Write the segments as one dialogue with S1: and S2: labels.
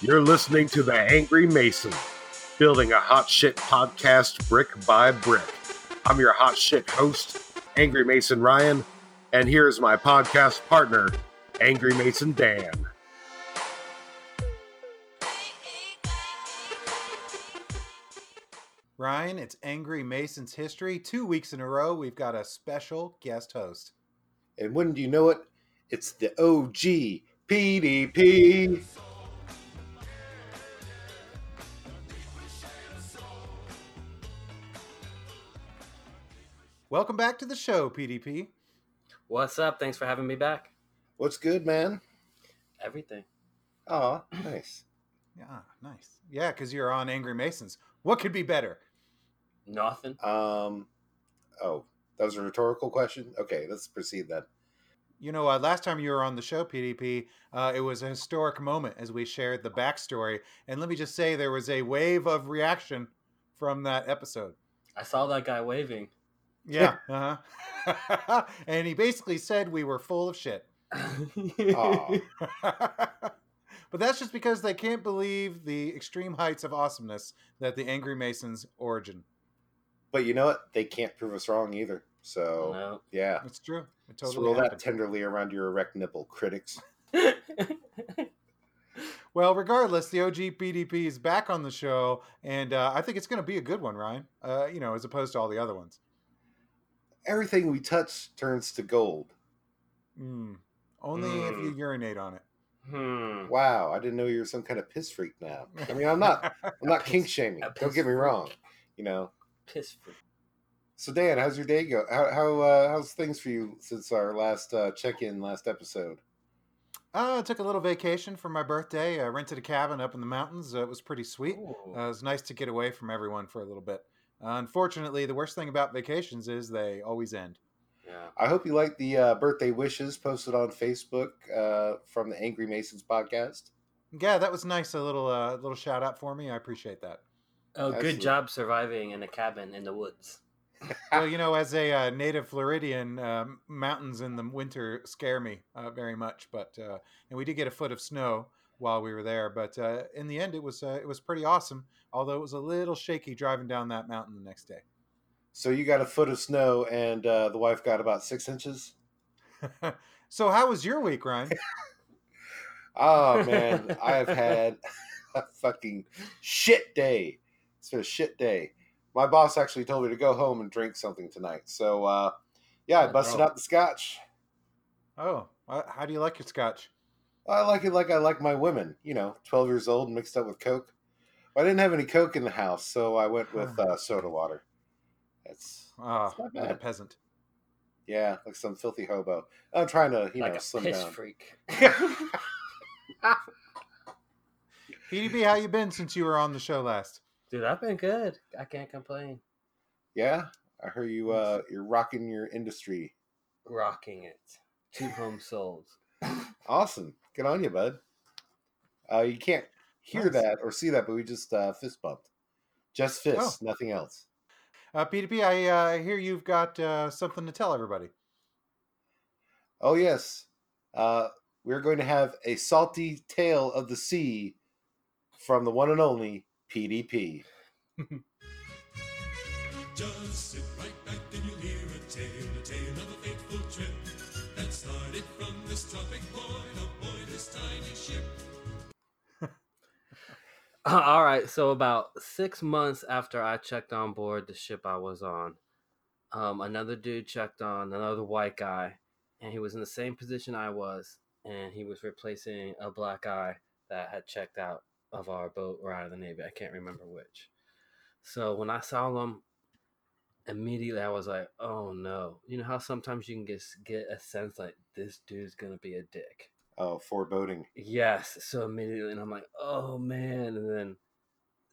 S1: You're listening to The Angry Mason, building a hot shit podcast brick by brick. I'm your hot shit host, Angry Mason Ryan, and here is my podcast partner, Angry Mason Dan.
S2: Ryan, it's Angry Mason's History. Two weeks in a row, we've got a special guest host.
S3: And wouldn't you know it, it's the OG PDP.
S2: Welcome back to the show, PDP.
S4: What's up? Thanks for having me back.
S3: What's good, man?
S4: Everything.
S3: Aw, nice.
S2: Yeah, nice. Yeah, because you're on Angry Masons. What could be better?
S4: Nothing.
S3: Um, oh, that was a rhetorical question. Okay, let's proceed then.
S2: You know, uh, last time you were on the show, PDP, uh, it was a historic moment as we shared the backstory. And let me just say, there was a wave of reaction from that episode.
S4: I saw that guy waving.
S2: Yeah. Uh-huh. and he basically said we were full of shit.
S3: Aw.
S2: but that's just because they can't believe the extreme heights of awesomeness that the Angry Masons origin.
S3: But you know what? They can't prove us wrong either. So
S4: no.
S3: yeah,
S2: It's true. It
S3: just
S2: totally
S3: roll that
S2: happened.
S3: tenderly around your erect nipple, critics.
S2: Well, regardless, the OG PDP is back on the show, and uh, I think it's going to be a good one, Ryan. Uh, you know, as opposed to all the other ones.
S3: Everything we touch turns to gold.
S2: Mm. Only if you urinate on it.
S4: hmm.
S3: Wow, I didn't know you were some kind of piss freak. Now, I mean, I'm not. I'm not kink shaming.
S4: A
S3: Don't
S4: piss
S3: get me
S4: freak.
S3: wrong. You know.
S4: Piss freak.
S3: So Dan, how's your day go? How how uh, how's things for you since our last uh, check in last episode?
S2: Uh, I took a little vacation for my birthday. I rented a cabin up in the mountains. Uh, it was pretty sweet.
S4: Ooh.
S2: Uh, it was nice to get away from everyone for a little bit. Uh, unfortunately, the worst thing about vacations is they always end.
S4: yeah.
S3: I hope you like the uh, birthday wishes posted on Facebook uh, from the Angry Masons podcast.
S2: Yeah, that was nice. A little uh, little shout out for me. I appreciate that.
S4: Oh,
S3: Excellent.
S4: good job surviving in a cabin in the woods.
S2: well, you know, as a uh, native Floridian, um, mountains in the winter scare me uh, very much. But uh, and we did get a foot of snow while we were there. But uh, in the end, it was uh, it was pretty awesome. Although it was a little shaky driving down that mountain the next day.
S3: So you got a foot of snow, and uh, the wife got about six inches.
S2: so, how was your week, Ryan?
S3: Oh man, I've had a fucking shit day. It's been a shit day. My boss actually told me to go home and drink something tonight. So uh, yeah, I
S4: Oh,
S3: busted
S4: no.
S3: out the scotch.
S2: Oh, uh, how do you like your scotch?
S3: I like it like I like my women. You know, twelve years old, mixed up with Coke. I didn't have any Coke in the house, so I went with uh, soda water. That's
S2: Ah,
S3: It's not
S2: like a
S3: bad.
S2: peasant.
S3: yeah, like some filthy hobo. I'm trying to you
S4: like
S3: know
S4: a
S3: slim
S4: piss
S3: down.
S4: freak.
S2: PDB, how you been since you were on the show last?
S4: Dude, I've been good. I can't complain.
S3: Yeah, I hear you. Uh, you're rocking your industry.
S4: Rocking it. Two home souls.
S3: Awesome. Good on you, bud. Uh, you can't hear
S2: Nice.
S3: that or see that, but we just uh, fist bumped. Just
S4: Oh.
S3: fists, nothing else.
S2: Uh, PDP, I uh, hear you've got uh, something to tell everybody.
S3: Oh yes, uh, we're going to have a salty tale of the sea from the one and only PDP.
S5: Just sit right back and you'll hear a tale, a tale of a fateful trip that started from this tropic point aboard this tiny ship.
S4: All right, so about six months after I checked on board the ship I was on, um, another dude checked on another white guy, and he was in the same position I was, and he was replacing a black guy that had checked out of our boat or out of the navy. I can't remember which. So when I saw him, immediately I was like, "Oh no!" You know how sometimes you can just get a sense like this dude's gonna be a dick.
S3: Oh, foreboding.
S4: Yes. So immediately, and I'm like, oh man. And then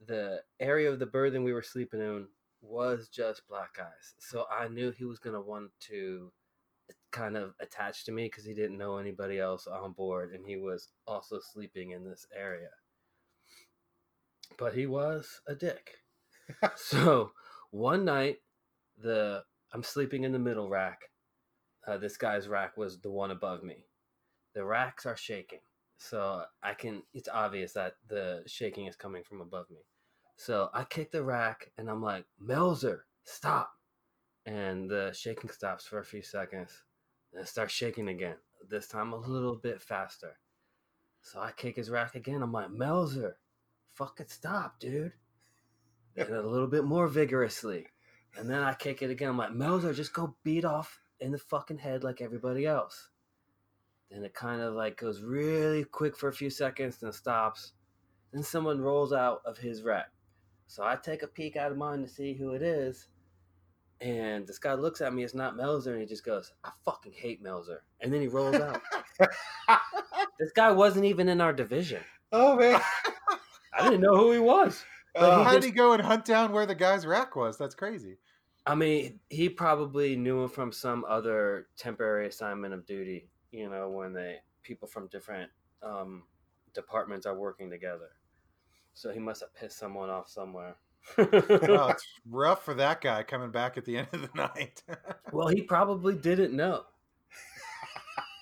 S4: the area of the bird that we were sleeping in was just black eyes. So I knew he was going to want to kind of attach to me because he didn't know anybody else on board and he was also sleeping in this area. But he was a dick. so one night, the I'm sleeping in the middle rack. Uh, this guy's rack was the one above me. The racks are shaking. So I can, it's obvious that the shaking is coming from above me. So I kick the rack and I'm like, Melzer, stop. And the shaking stops for a few seconds. Then it starts shaking again, this time a little bit faster. So I kick his rack again. I'm like, Melzer, fucking stop, dude. And a little bit more vigorously. And then I kick it again. I'm like, Melzer, just go beat off in the fucking head like everybody else. Then it kind of like goes really quick for a few seconds, then stops. Then someone rolls out of his rack. So I take a peek out of mine to see who it is. And this guy looks at me, it's not Melzer, and he just goes, I fucking hate Melzer. And then he rolls out. this guy wasn't even in our division.
S3: Oh man!
S4: I didn't know who he was. But
S3: Uh,
S2: How did
S4: just-
S2: he go and hunt down where the guy's rack was? That's crazy.
S4: I mean, he probably knew him from some other temporary assignment of duty. You know, when they people from different um, departments are working together, so he must have pissed someone off somewhere.
S2: Well, Oh, it's rough for that guy coming back at the end of the night.
S4: well, he probably didn't know.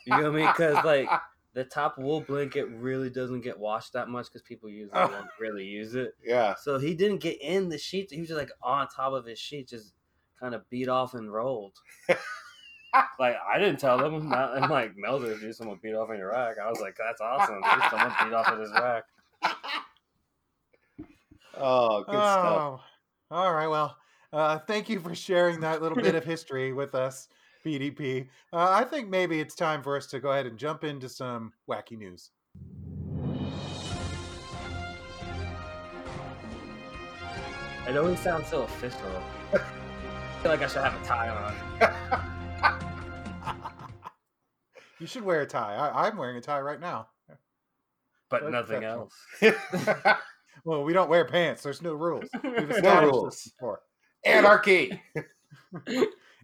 S4: You know what I mean? Because like the top wool blanket really doesn't get washed that much because people usually
S2: Oh.
S4: don't really use it.
S3: yeah,
S4: So he didn't get in the sheets. He was just like on top of his sheet, just kind of beat off and rolled. like I didn't tell them. Not, I'm like Melder, dude, someone beat off on your rack. I was like, that's awesome. Dude, someone beat off on his rack.
S3: oh good stuff.
S2: Oh, all right. Well, uh, thank you for sharing that little bit of history with us, BDP. Uh, I think maybe it's time for us to go ahead and jump into some wacky news.
S4: It always sounds so official. I feel like I should have a tie on.
S2: You should wear a tie. I, I'm wearing a tie right now.
S4: But
S2: That's
S4: nothing
S2: exceptional.
S4: else.
S3: Oh.
S2: Well, we don't wear pants. There's no rules. We've established this
S3: rules.
S2: before.
S3: Anarchy.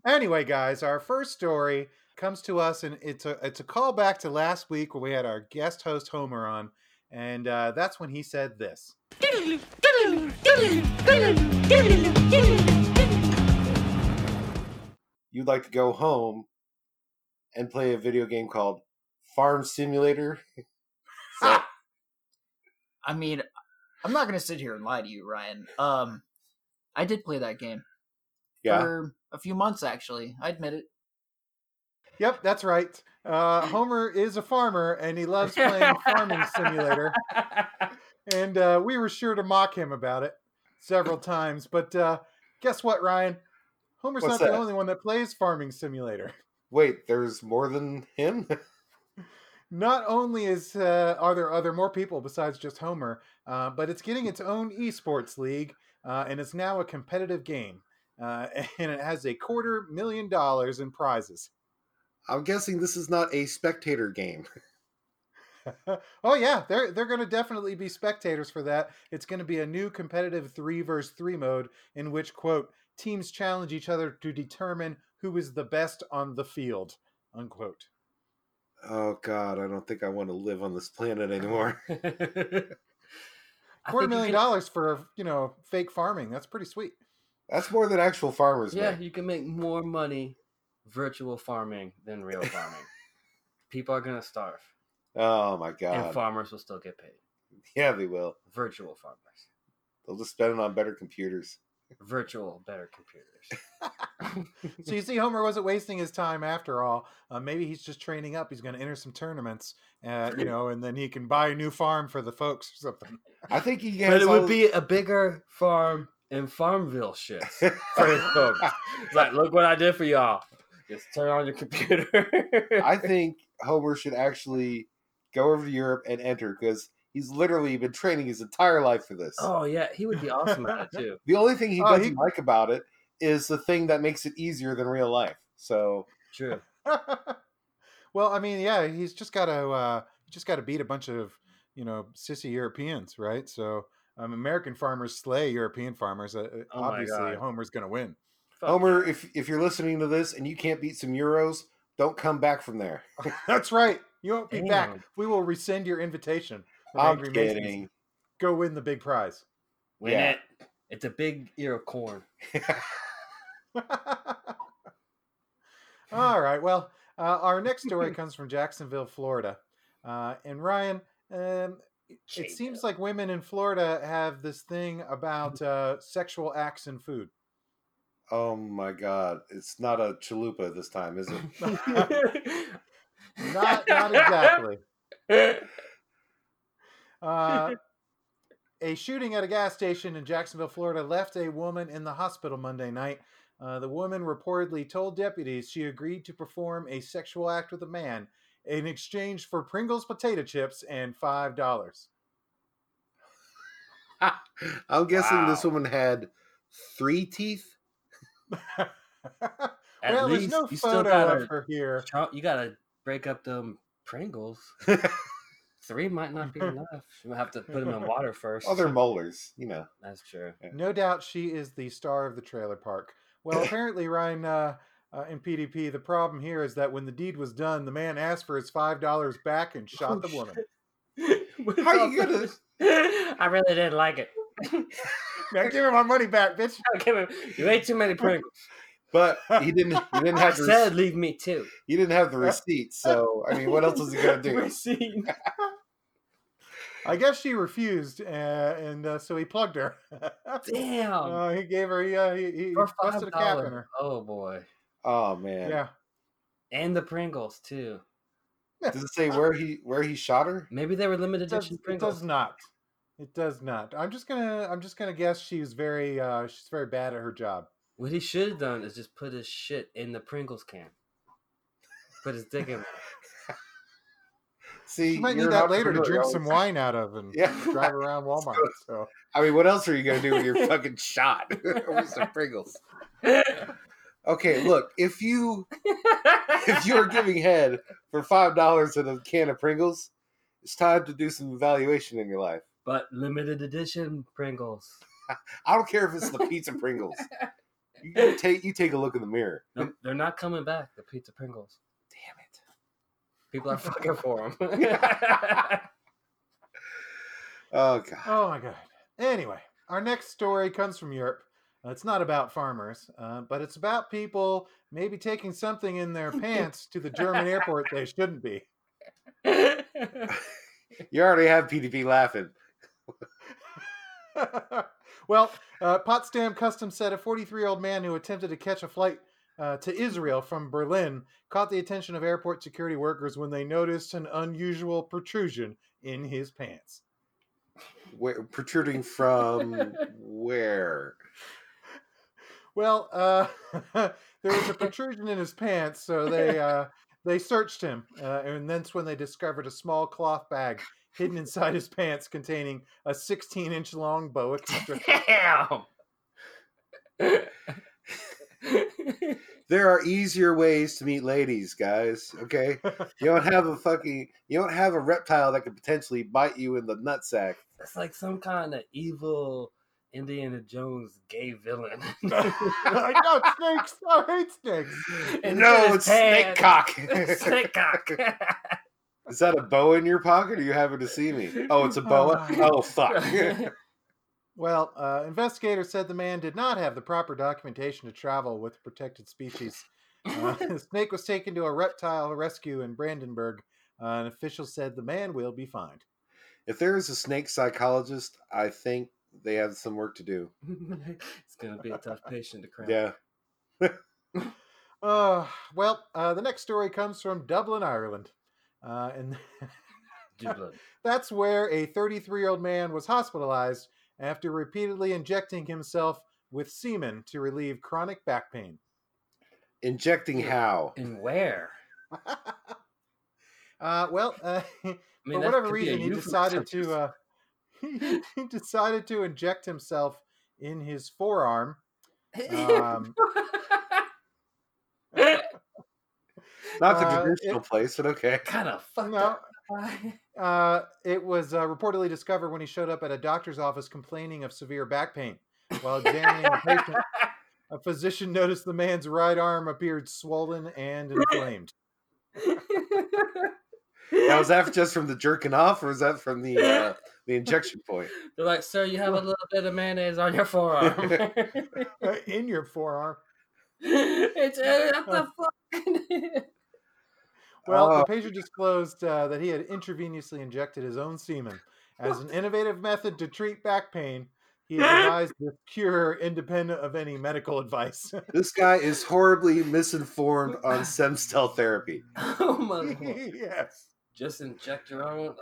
S2: Anyway, guys, our first story comes to us, and it's a it's a callback to last week when we had our guest host Homer on, and uh, that's when he said this.
S3: You'd like to go home and play a video game called Farm Simulator? So,
S6: I mean, I'm not gonna sit here and lie to you, Ryan. Um, I did play that game
S3: yeah,
S6: for a few months, actually. I admit it.
S2: Yep, that's right. Uh, Homer is a farmer and he loves playing Farming Simulator. And uh, we were sure to mock him about it several times. But uh, guess what, Ryan? Homer's
S3: What's
S2: not
S3: that?
S2: the only one that plays Farming Simulator.
S3: wait, there's more than him.
S2: Not only is uh, are there other more people besides just Homer, uh, but it's getting its own esports league, uh, and it's now a competitive game, uh, and it has a quarter million dollars in prizes.
S3: I'm guessing this is not a spectator game.
S2: oh yeah, they're they're going to definitely be spectators for that. It's going to be a new competitive three versus three mode in which quote teams challenge each other to determine who is the best on the field unquote.
S3: Oh God, I don't think I want to live on this planet anymore.
S4: I
S2: Quarter
S4: think you
S2: million
S4: can-
S2: dollars for you know fake farming. That's pretty sweet.
S3: That's more than actual farmers.
S4: Yeah,
S3: make.
S4: you can make more money virtual farming than real farming. People are gonna starve,
S3: Oh my
S4: and
S3: God.
S4: farmers will still get paid.
S3: yeah, they will.
S4: Virtual farmers.
S3: They'll just spend it on better computers.
S4: virtual better computers.
S2: So you see, Homer wasn't wasting his time after all. Uh, maybe he's just training up. He's going to enter some tournaments, uh, you know, and then he can buy a new farm for the folks or something.
S3: I think he has.
S4: but it
S3: all-
S4: would be a bigger farm in Farmville shit for his folks. It's like, look what I did for y'all. Just turn on your computer.
S3: I think Homer should actually go over to Europe and enter because he's literally been training his entire life for this.
S4: oh yeah, he would be awesome at it too.
S3: The only thing he
S2: Oh,
S3: doesn't
S2: he-
S3: like about it is the thing that makes it easier than real life. So
S4: True.
S2: well, I mean, yeah, he's just got to uh, just got to beat a bunch of you know sissy Europeans, right? So um, American farmers slay European farmers. Uh, uh,
S4: Oh my
S2: obviously,
S4: God.
S2: Homer's going to win.
S4: Fuck
S3: Homer,
S4: yeah.
S3: if if you're listening to this and you can't beat some euros, don't come back from there.
S2: That's right. You won't be back.
S4: Damn.
S2: We will rescind your invitation. from
S3: I'm
S2: Angry Masons.
S3: kidding.
S2: Go win the big prize.
S4: win
S3: yeah.
S4: it. It's a big ear of corn.
S2: All right. Well, uh, our next story comes from Jacksonville, Florida. Uh, and Ryan, um, it- it
S3: Shade
S2: seems like women in Florida have this thing about uh, sexual acts in food.
S3: Oh my god, it's not a chalupa this time, is it?
S2: Not, not exactly. Uh, a shooting at a gas station in Jacksonville, Florida, left a woman in the hospital Monday night. Uh, the woman reportedly told deputies she agreed to perform a sexual act with a man in exchange for Pringles potato chips and five dollars.
S3: I'm guessing this
S1: Wow.
S3: woman had three teeth.
S4: At
S2: well,
S4: least
S2: there's no
S4: you still
S2: photo
S4: gotta,
S2: of her here.
S4: Chop- you gotta break up them Pringles. Three might not be enough. You might have to put them in water first.
S3: Oh, they're molars, you know.
S4: That's true.
S2: No doubt she is the star of the trailer park. Well, apparently, Ryan uh, uh, in PDP, the problem here is that when the deed was done, the man asked for his $5 back and
S4: Oh,
S2: shot the woman.
S4: How
S3: How you gonna?
S4: I really didn't like it.
S2: Now give her my money back, bitch.
S4: Okay, wait, you ate too many Pringles.
S3: But he didn't. He didn't
S4: I
S3: have. The,
S4: said
S3: rec-
S4: leave me too.
S3: he didn't have the receipt. So I mean, what else was he gonna do?
S4: Receipt.
S2: I guess she refused, uh, and uh, so he plugged her.
S4: Damn.
S2: Uh, he gave her, he, uh, he, he
S4: For five
S2: busted a cap in
S4: dollars.
S2: her.
S4: Oh boy.
S3: Oh man.
S2: Yeah.
S4: And the Pringles too.
S3: Does it say where he where he shot her?
S4: Maybe they were limited
S2: It does,
S4: edition
S2: it does
S4: Pringles.
S2: not. It does not. I'm just gonna. I'm just gonna guess she's very. Uh, she's very bad at her job.
S4: What he should have done is just put his shit in the Pringles can. Put his dick in.
S3: See,
S2: She might
S3: you're
S2: need
S3: not
S2: that later to
S3: familiar.
S2: drink
S3: Oh,
S2: some wine out of and
S3: Yeah.
S2: drive around Walmart. So
S3: I mean, what else are you gonna do with your fucking shot over some Pringles? Okay, look, if you if you are giving head for five dollars and a can of Pringles, it's time to do some evaluation in your life.
S4: but limited edition Pringles.
S3: I don't care if it's the pizza Pringles. You you take you take a look in the mirror.
S4: Nope, they're not coming back. The pizza Pringles. Damn it. People are fucking for them.
S3: Oh god.
S2: Oh my god. Anyway, our next story comes from Europe. Uh, It's not about farmers, uh, but it's about people maybe taking something in their pants to the German airport they shouldn't be.
S3: You already have PDP laughing.
S2: well, uh, Potsdam Customs said a 43 year old man who attempted to catch a flight uh, to Israel from Berlin caught the attention of airport security workers when they noticed an unusual protrusion in his pants.
S3: Where, protruding from where?
S2: Well, uh, there was a protrusion in his pants, so they uh, they searched him, uh, and that's when they discovered a small cloth bag hidden inside his pants containing a 16 inch long boa constrictor.
S4: Damn.
S3: There are easier ways to meet ladies, guys. Okay, you don't have a fucking you don't have a reptile that could potentially bite you in the nutsack.
S4: It's like some kind of evil Indiana Jones gay villain.
S2: I know snakes. I hate snakes.
S4: And
S3: no,
S4: his
S3: it's snake
S4: pants.
S3: cock.
S4: snake cock.
S3: Is that a boa in your pocket? Or you happen to see me? Oh, it's a boa. Oh fuck.
S2: Well, uh, investigators said the man did not have the proper documentation to travel with the protected species. Uh, the snake was taken to a reptile rescue in Brandenburg. Uh, an official said the man will be fined.
S3: if there is a snake psychologist, I think they have some work to do.
S4: it's gonna be a tough patient to crack.
S3: Yeah.
S2: Uh, well, uh, the next story comes from Dublin, Ireland. Uh, and
S4: Dublin.
S2: that's where a 33 year old man was hospitalized after repeatedly injecting himself with semen to relieve chronic back pain.
S3: Injecting how?
S4: And where?
S2: uh, well, uh,
S4: I mean,
S2: for
S4: that
S2: whatever
S4: could be a
S2: reason, he
S4: euphemism
S2: decided
S4: for
S2: to
S4: just-
S2: uh, he decided to inject himself in his forearm.
S3: Uh,
S2: Um,
S3: Not the
S2: Uh,
S3: traditional
S2: it-
S3: place, but okay.
S4: kind of fucked
S2: no,
S4: up. guy.
S2: uh, it was uh, reportedly discovered when he showed up at a doctor's office complaining of severe back pain. While examining the patient, a physician noticed the man's right arm appeared swollen and inflamed.
S3: Now is that just from the jerking off, or is that from the uh, the injection point?
S4: They're like, sir, you have a little bit of mayonnaise on your forearm.
S2: uh, in your forearm.
S4: it's uh, what the fuck.
S2: Well,
S3: Oh.
S2: the patient disclosed uh, that he had intravenously injected his own semen as an innovative method to treat back pain. He had devised this cure independent of any medical advice.
S3: This guy is horribly misinformed on stem cell therapy.
S4: oh my lord.
S2: yes.
S4: Just inject your own.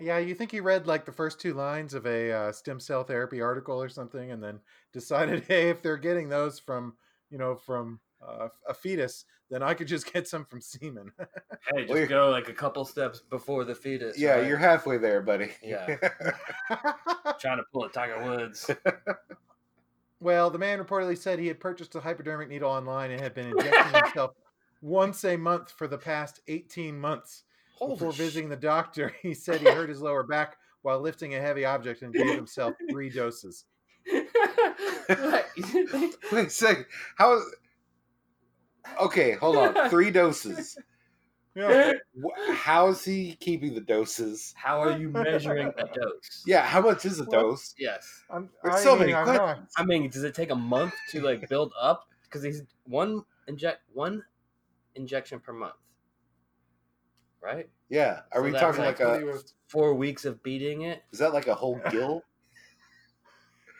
S2: Yeah, you think he read like the first two lines of a uh, stem cell therapy article or something, and then decided, hey, if they're getting those from you know from uh, a fetus, then I could just get some from semen.
S4: Hey, just
S3: We're-
S4: go like a couple steps before the fetus.
S3: Yeah,
S4: right?
S3: you're halfway there, buddy.
S4: Yeah. trying to pull a Tiger Woods.
S2: Well, the man reportedly said he had purchased a hypodermic needle online and had been injecting himself once a month for the past 18 months. Before visiting the doctor, he said he hurt his lower back while lifting a heavy object and gave himself three doses.
S3: Wait a second. How? Okay, hold on. Three doses.
S2: Yeah.
S3: Wh- How is he keeping the doses?
S4: How are you measuring a dose?
S3: Yeah, how much is a
S2: Well-
S3: dose?
S4: Yes.
S2: I'm,
S3: There's
S2: I
S3: so
S2: mean,
S3: many
S2: I'm not-
S4: I mean, does it take a month to like build up? Because he's one inject one injection per month, right?
S3: Yeah. Are
S4: So
S3: we
S4: that's
S3: talking like
S4: like
S2: I believe
S3: a?
S2: it was-
S4: Four weeks of beating it.
S3: Is that like a whole gill?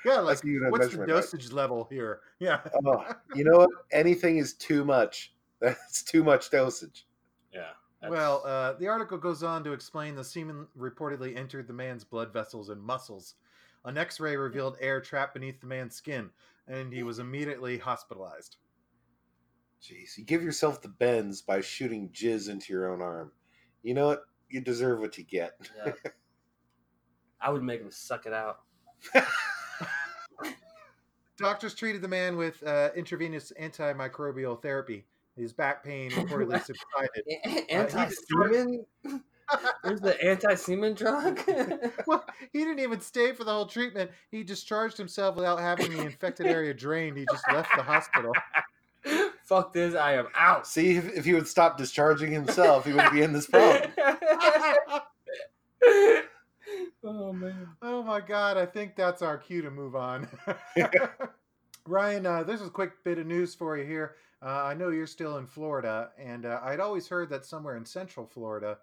S2: yeah, like
S3: That's even a
S2: what's the
S3: measurement, right?
S2: dosage level here? Yeah.
S3: Oh, you know what? Anything is too much. That's too much dosage.
S4: Yeah.
S2: Well, uh, the article goes on to explain the semen reportedly entered the man's blood vessels and muscles. An x ray revealed air trapped beneath the man's skin, and he was immediately hospitalized.
S3: Jeez, you give yourself the bends by shooting jizz into your own arm. You know what? You deserve what you get.
S4: yeah. I would make him suck it out.
S2: Doctors treated the man with uh, intravenous antimicrobial therapy. His back pain reportedly subsided.
S4: Anti semen? There's the anti semen drug?
S2: Well, he didn't even stay for the whole treatment. He discharged himself without having the infected area drained. He just left the hospital.
S4: Fuck this, I am out.
S3: See, if, if he would stop discharging himself, he wouldn't be in this problem.
S4: oh man.
S2: Oh my God, I think that's our cue to move on. Ryan, uh, this is a quick bit of news for you here. Uh, I know you're still in Florida, and uh, I'd always heard that somewhere in Central Florida,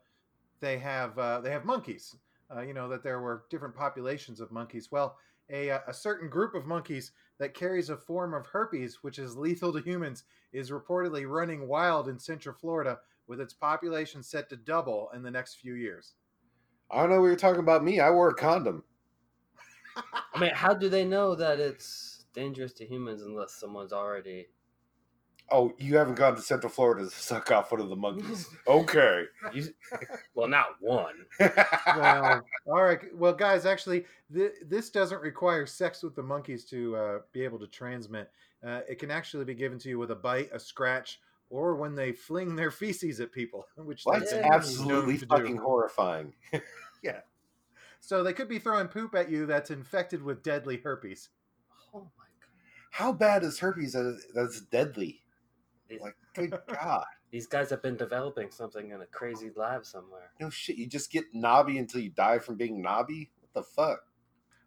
S2: they have uh, they have monkeys. Uh, you know that there were different populations of monkeys. Well, a uh, a certain group of monkeys that carries a form of herpes, which is lethal to humans, is reportedly running wild in Central Florida, with its population set to double in the next few years.
S3: I don't know what you're talking about me. I wore a condom.
S4: I mean, how do they know that it's dangerous to humans unless someone's already
S3: Oh, you haven't gone to Central Florida to suck off one of the monkeys. Okay.
S4: You- well not one.
S2: well, all right. Well, guys, actually, th- this doesn't require sex with the monkeys to uh, be able to transmit. Uh, it can actually be given to you with a bite, a scratch, or when they fling their feces at people, which
S3: Well,
S2: they
S3: that's
S4: Yeah.
S2: seem to be
S3: absolutely
S2: known to do.
S3: fucking horrifying.
S2: So they could be throwing poop at you that's infected with deadly herpes.
S4: Oh my god.
S3: How bad is herpes that- that's deadly?
S4: These,
S3: Like, good God.
S4: these guys have been developing something in a crazy lab somewhere.
S3: No shit. You just get knobby until you die from being knobby? What the fuck?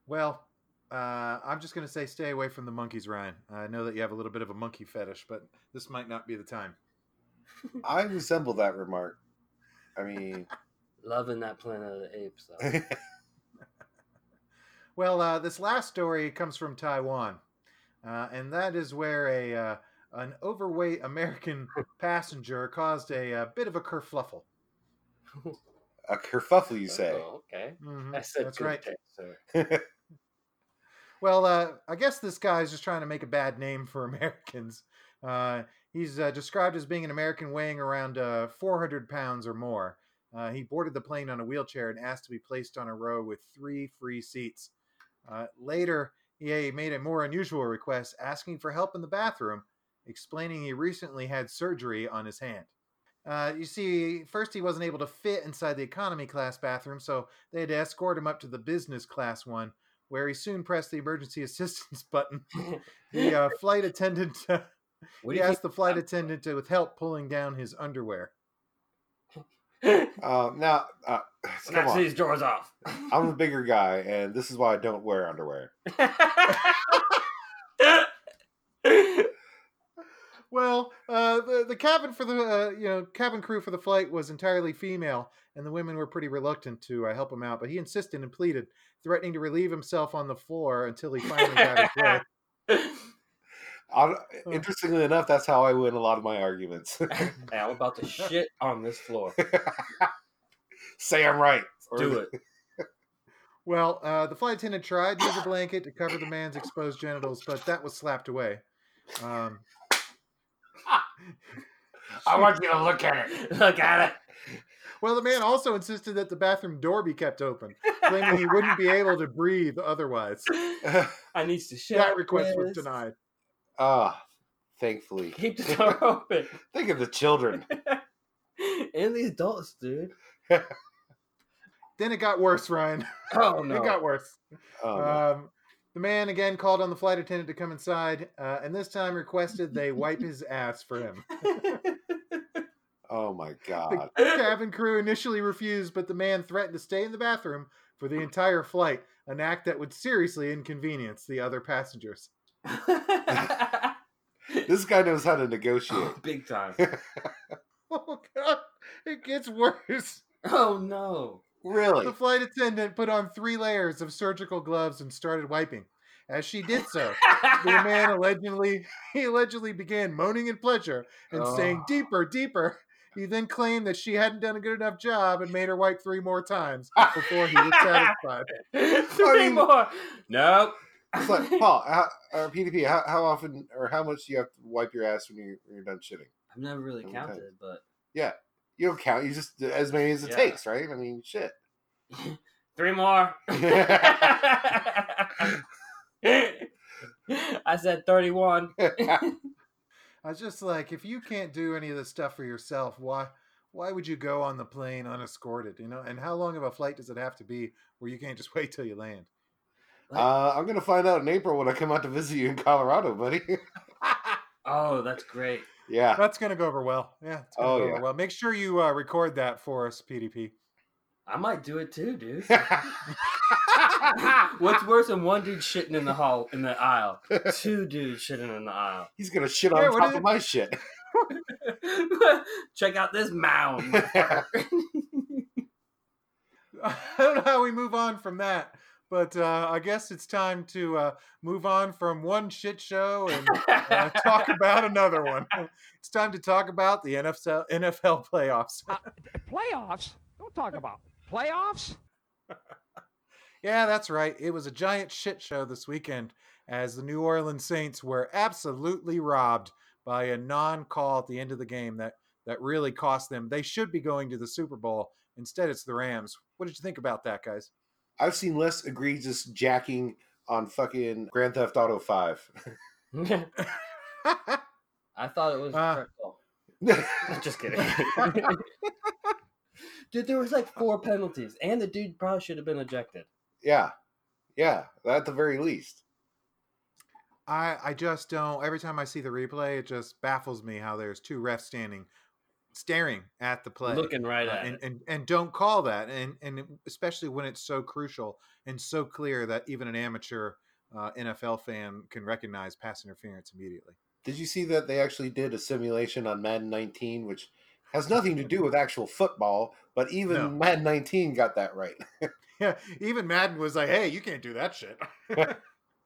S2: Well, uh, I'm just going to say stay away from the monkeys, Ryan. I know that you have a little bit of a monkey fetish, but this might not be the time.
S3: I resemble that remark. I mean,
S4: Loving that Planet of the Apes though.
S2: Well, uh, this last story comes from Taiwan, uh, and that is where a uh, an overweight American passenger caused a, uh bit of a kerfluffle.
S3: a kerfuffle, you say.
S4: Oh, okay.
S2: Mhm,
S4: I said
S2: That's
S4: good
S2: right.
S4: day, sir.
S2: Well, uh, I guess this guy's just trying to make a bad name for Americans. Uh, he's uh, described as being an American weighing around uh, 400 pounds or more. Uh, he boarded the plane on a wheelchair and asked to be placed on a row with three free seats. Uh, later, he made a more unusual request, asking for help in the bathroom, explaining he recently had surgery on his hand. Uh, you see, first he wasn't able to fit inside the economy class bathroom, so they had to escort him up to the business class one, where he soon pressed the emergency assistance button. The uh, flight attendant, uh,
S4: What
S2: he
S4: do you
S2: asked the flight
S4: I'm-
S2: attendant to, with help pulling down his underwear.
S4: think?
S3: Uh, now, uh, come
S4: Snatch
S3: on.
S4: these drawers off.
S3: I'm a bigger guy, and this is why I don't wear underwear.
S2: Well, uh, the, the cabin for the uh, you know cabin crew for the flight was entirely female, and the women were pretty reluctant to uh, help him out. But he insisted and pleaded, threatening to relieve himself on the floor until he finally got his way.
S3: I, interestingly enough, that's how I win a lot of my arguments.
S4: Hey, I'm about to shit on this floor.
S3: Say I'm right. Or
S4: Do it.
S2: Well, uh, the flight attendant tried to use a blanket to cover the man's exposed genitals, but that was slapped away. Um,
S3: I want you to look at it.
S4: Look at
S2: well, the man also insisted that the bathroom door be kept open, claiming he wouldn't be able to breathe otherwise.
S4: it. I need to shit.
S2: That request was
S4: Yes.
S2: denied.
S3: Ah, thankfully.
S4: Keep the door open.
S3: Think of the children.
S4: and the adults, dude.
S2: Then it got worse, Ryan.
S4: Oh
S2: It got worse.
S3: Oh, no.
S2: Um, the man again called on the flight attendant to come inside, uh, and this time requested they wipe his ass for him.
S3: oh my
S2: The
S3: god.
S2: cabin crew initially refused, but the man threatened to stay in the bathroom for the entire flight, an act that would seriously inconvenience the other passengers.
S3: This guy knows how to negotiate.
S4: Big time.
S2: Oh, God, it gets worse.
S4: Oh no.
S3: Really?
S2: The flight attendant put on three layers of surgical gloves and started wiping. As she did so, the man allegedly he allegedly began moaning in pleasure and saying
S4: Oh.
S2: deeper, deeper. He then claimed that she hadn't done a good enough job and made her wipe three more times before he was satisfied.
S4: Three
S3: mean-
S4: more. Nope.
S3: It's like, Paul, how, uh, or PDP, how, how often or how much do you have to wipe your ass when you're, when you're done shitting?
S4: I've never really
S3: Okay.
S4: counted, but
S3: You don't count. You just do as many as it
S4: Yeah.
S3: takes, right? I mean, shit.
S4: three more. I said 31.
S2: I was just like, if you can't do any of this stuff for yourself, why why would you go on the plane unescorted? You know, and how long of a flight does it have to be where you can't just wait till you land?
S3: Uh, I'm gonna find out in April when I come out to visit you in Colorado, buddy.
S4: Oh, that's great.
S3: yeah.
S2: That's gonna go over well. Yeah, it's gonna
S3: Oh,
S2: go over
S3: yeah.
S2: well. Make sure you uh, record that for us, PDP.
S4: I might do it too, dude. What's worse than one dude shitting in the hall in the aisle? Two dudes shitting in the aisle.
S3: He's gonna shit on
S2: Yeah, what
S3: top
S2: is
S3: of
S2: it?
S3: my shit.
S4: Check out this mound.
S2: I don't know how we move on from that, but uh, I guess it's time to uh, move on from one shit show and uh, talk about another one. It's time to talk about the NFL NFL playoffs.
S7: Uh, Playoffs? Don't talk about playoffs.
S2: Yeah, that's right. It was a giant shit show this weekend as the New Orleans Saints were absolutely robbed by a non-call at the end of the game that that really cost them. They should be going to the Super Bowl. Instead, it's the Rams. What did you think about that, guys?
S3: I've seen less egregious jacking on fucking Grand Theft Auto Five.
S4: I thought it was
S2: Uh,
S4: hurtful. Just kidding. dude, there was like four penalties, and the dude probably should have been ejected.
S3: yeah, yeah, at the very least.
S2: I I just don't. Every time I see the replay, it just baffles me how there's two refs standing, staring at the play,
S4: Looking right
S2: uh,
S4: at
S2: and,
S4: it.
S2: and and don't call that, and and especially when it's so crucial and so clear that even an amateur uh, NFL fan can recognize pass interference immediately.
S3: Did you see that they actually did a simulation on Madden 19, which has nothing to do with actual football, but even
S2: No.
S3: Madden 19 got that right.
S2: Yeah, even Madden was like, "Hey, you can't do that shit."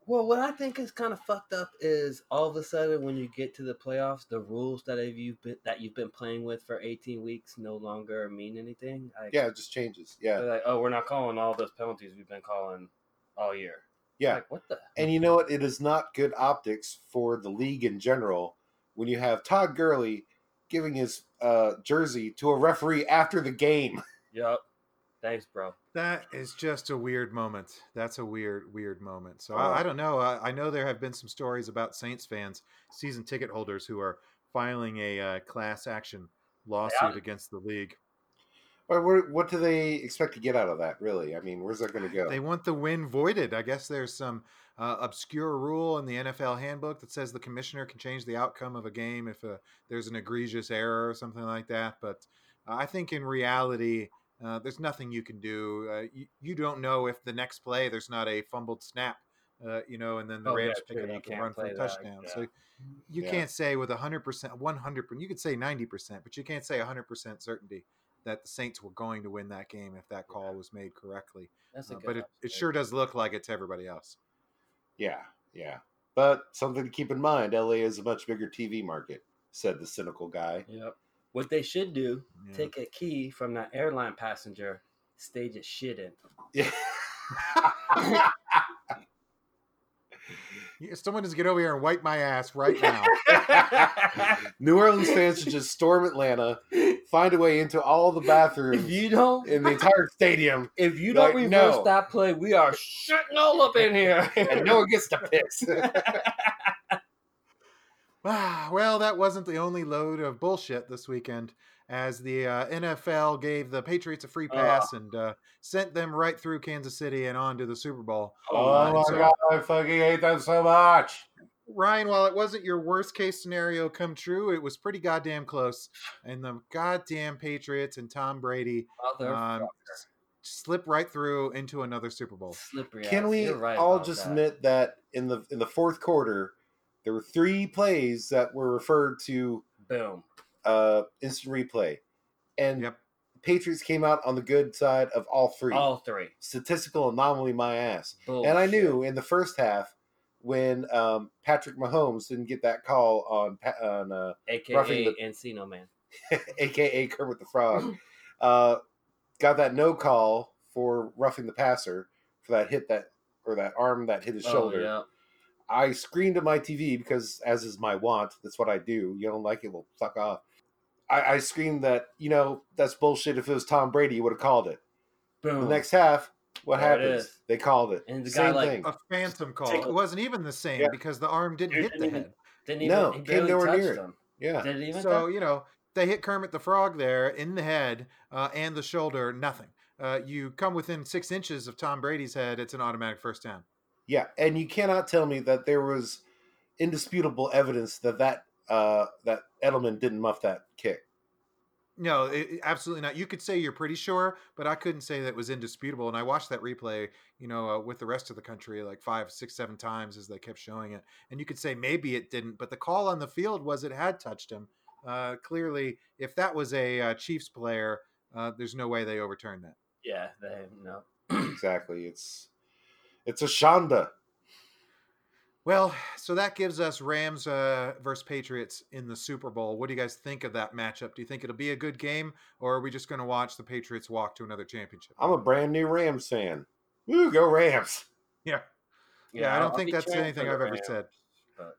S4: Well, what I think is kind of fucked up is all of a sudden when you get to the playoffs, the rules that have you been that you've been playing with for eighteen weeks no longer mean anything. Like,
S3: yeah, it just changes. Yeah.
S4: they're like, oh, we're not calling all those penalties we've been calling all year.
S3: Yeah.
S4: like, what the?
S3: And you know what? It is not good optics for the league in general when you have Todd Gurley giving his uh, jersey to a referee after the game.
S4: Yup. Thanks, bro.
S2: that is just a weird moment. That's a weird, weird moment. So
S3: Oh.
S2: I, I don't know. I, I know there have been some stories about Saints fans, season ticket holders, who are filing a uh, class action lawsuit against the league.
S3: But what, what do they expect to get out of that, really? I mean, where's that going to go?
S2: They want the win voided. I guess there's some uh, obscure rule in the NFL handbook that says the commissioner can change the outcome of a game if uh there's an egregious error or something like that. But uh, I think in reality, uh, there's nothing you can do. Uh, you, you don't know if the next play there's not a fumbled snap uh, you know, and then the
S4: Oh, yeah,
S2: Rams
S4: true,
S2: pick it up
S4: you
S2: and
S4: can't
S2: run for
S4: play
S2: a
S4: that,
S2: touchdown. So
S4: yeah.
S2: you
S3: Yeah.
S2: can't say with 100%, 100%, you could say 90%, but you can't say 100% certainty that the Saints were going to win that game if that call was made correctly.
S4: That's a
S2: Uh,
S4: good
S2: but it, it sure does look like it to everybody else.
S3: Yeah, yeah. But something to keep in mind: LA is a much bigger TV market," said the cynical guy.
S4: observation. Yep. What they should do,
S2: Yeah.
S4: take a key from that airline passenger, stage a shit in.
S3: Yeah.
S2: Yeah, Someone just get over here and wipe my ass right now.
S3: New Orleans fans should just storm Atlanta, find a way into all the bathrooms
S4: If you don't
S3: in the entire stadium,
S4: if you don't
S3: Like,
S4: reverse
S3: no.
S4: that play, we are shitting all up in here.
S3: and no one gets to piss.
S2: Ah, well, that wasn't the only load of bullshit this weekend, as the uh, NFL gave the Patriots a free pass and uh, sent them right through Kansas City and on to the Super Bowl.
S3: oh my god, I fucking hate them so much.
S2: Ryan, while it wasn't your worst case scenario come true, it was pretty goddamn close. And the goddamn Patriots and Tom Brady um,
S4: Motherfucker.
S2: s- slip right through into another Super Bowl.
S4: Slippery
S3: Can
S4: ass.
S3: we
S4: You're right
S3: all
S4: about
S3: just
S4: that.
S3: admit that in the in the fourth quarter, there were three plays that were referred to
S4: Boom.
S3: uh, instant replay, and
S2: Yep.
S3: Patriots came out on the good side of all three.
S4: All three.
S3: Statistical anomaly, my ass.
S4: Bullshit.
S3: and I knew in the first half when um, Patrick Mahomes didn't get that call on Pa- on uh, roughing
S4: AKA
S3: the-
S4: Encino Man.
S3: AKA Kermit the
S4: Mm.
S3: Frog, uh, got that no call for roughing the passer for that hit that or that arm that hit his shoulder.
S4: Oh,
S3: I screamed at my TV because, as is my want, that's what I do. You don't like it, well, fuck off. I, I screamed that, you know, that's bullshit. If it was Tom Brady, you would have called it.
S4: yeah. Boom.
S3: The next half, what
S4: Mm. There it
S3: happens?
S4: is.
S3: They called it.
S4: And the guy,
S3: Same
S4: like,
S3: thing.
S2: A phantom call.
S4: Tickle.
S2: It wasn't even the same
S3: Yeah.
S2: because the arm didn't
S4: Dude,
S2: hit the
S4: didn't even-
S2: head.
S4: Didn't even,
S3: No,
S4: he
S3: came
S4: barely
S3: nowhere
S4: touched
S3: near it.
S4: him.
S3: Yeah.
S4: Didn't even
S2: So
S4: touch
S2: you know they hit Kermit the Frog there in the head uh, and the shoulder. Nothing. Uh, you come within six inches of Tom Brady's head, it's an automatic first down.
S3: Yeah. And you cannot tell me that there was indisputable evidence that that, uh, that Edelman didn't muff that kick.
S2: No, it, it- absolutely not. You could say you're pretty sure, but I couldn't say that was indisputable. And I watched that replay, you know, uh, with the rest of the country like five, six, seven times as they kept showing it. And you could say maybe it didn't, but the call on the field was it had touched him. Uh, clearly, if that was a uh, Chiefs player, uh, there's no way they overturned that.
S4: Yeah, they, no.
S3: Exactly. It's, it's a Shonda.
S2: Well, so that gives us Rams uh, versus Patriots in the Super Bowl. What do you guys think of that matchup? Do you think it'll be a good game, or are we just going to watch the Patriots walk to another championship?
S3: I'm a brand new Rams fan. Woo, go Rams.
S2: yeah, Yeah, I
S4: I'll-
S2: don't
S4: I'll
S2: think
S4: be
S2: that's
S4: cheering
S2: anything
S4: for the
S2: I've ever
S4: Rams,
S2: said.
S4: but-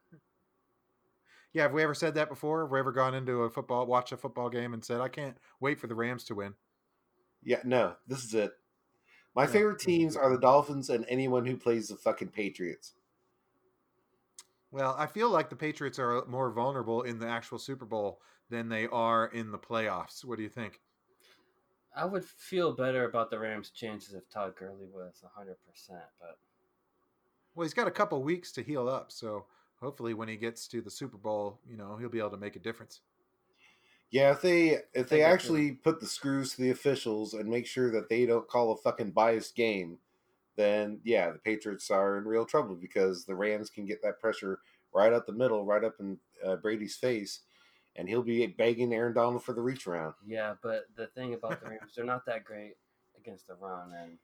S2: yeah. Have we ever said that before? Have we ever gone into a football, watch a football game, and said, "I can't wait for the Rams to win"?
S3: Yeah, no, this is it. My
S2: Yeah,
S3: favorite
S2: this is
S3: teams
S2: it.
S3: are the Dolphins and anyone who plays the fucking Patriots.
S2: Well, I feel like the Patriots are more vulnerable in the actual Super Bowl than they are in the playoffs. What do you think?
S4: I would feel better about the Rams' chances if Todd Gurley was 100%, but
S2: Well, he's got a couple weeks to heal up, so hopefully, when he gets to the Super Bowl, you know he'll be able to make a difference.
S3: Yeah, if they if they
S4: think that's
S3: actually put the screws to the officials and make sure that they don't call a fucking biased game, then yeah, the Patriots are in real trouble because the Rams can get that pressure right up the middle, right up in uh, Brady's face, and he'll be begging Aaron Donald for the reach around.
S4: yeah, but the thing about the Rams, they're not that great against the run, and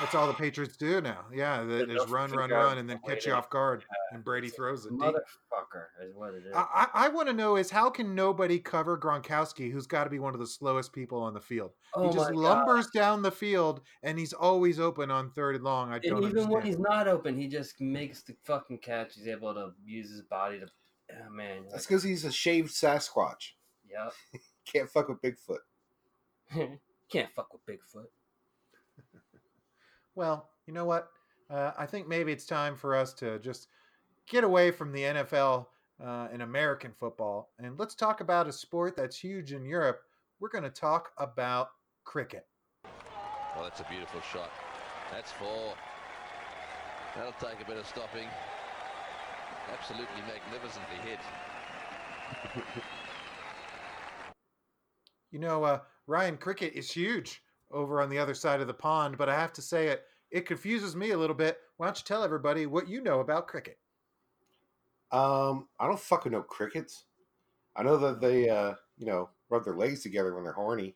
S2: That's all the Patriots do now. Yeah, that
S4: They'll
S2: is run,
S4: figure
S2: run,
S4: out
S2: run, and then
S4: a way
S2: catch you
S4: to-
S2: off guard, and Brady throws it deep.
S4: motherfucker is what it is.
S2: I, I want to know is how can nobody cover Gronkowski, who's got to be one of the slowest people on the field?
S4: oh
S2: he just
S4: my God.
S2: lumbers down the field, and he's always open on third and long. I
S4: And E even
S2: don't
S4: when
S2: understand.
S4: he's not open, he just makes the fucking catch. He's able to use his body to. Oh, man.
S3: That's because he's a shaved Sasquatch.
S4: Yep.
S3: Can't fuck with Bigfoot.
S4: Can't fuck with Bigfoot.
S2: Well, you know what? Uh, I think maybe it's time for us to just get away from the NFL uh, and American football, and let's talk about a sport that's huge in Europe. We're going to talk about cricket.
S8: Well, that's a beautiful shot. That's four. That'll take a bit of stopping. Absolutely magnificently hit.
S2: You know, uh, Ryan, cricket is huge over on the other side of the pond, but I have to say it, it confuses me a little bit. Why don't you tell everybody what you know about cricket?
S3: Um, I don't fucking know crickets. I know that they, uh, you know, rub their legs together when they're horny.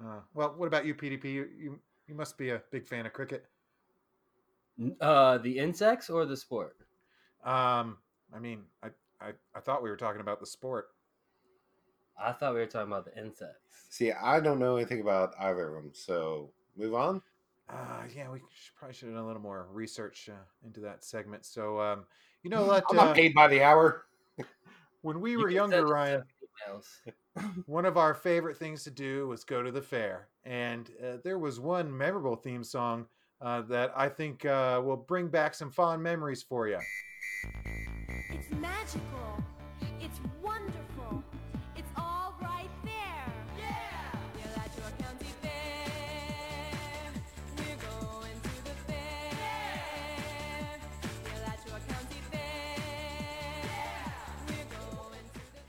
S2: Uh, well, what about you, PDP? You, you you must be a big fan of cricket.
S4: Uh, the insects or the sport?
S2: Um, I mean, I, I I thought we were talking about the sport.
S4: I thought we were talking about the insects.
S3: See, I don't know anything about either of them, so move on.
S2: Uh, yeah, we should, probably should have done a little more research uh, into that segment. So, um, you know what?
S3: I'm
S2: Uh,
S3: not paid by the hour.
S2: when we
S4: You
S2: were
S4: can
S2: younger,
S4: send us
S2: Ryan,
S4: emails.
S2: one of our favorite things to do was go to the fair. And uh, there was one memorable theme song uh, that I think uh, will bring back some fond memories for you.
S9: It's magical. It's wonderful. It's all right there. Yeah. You're at your county fair. We're going to the fair. You're at your county fair. We're going to the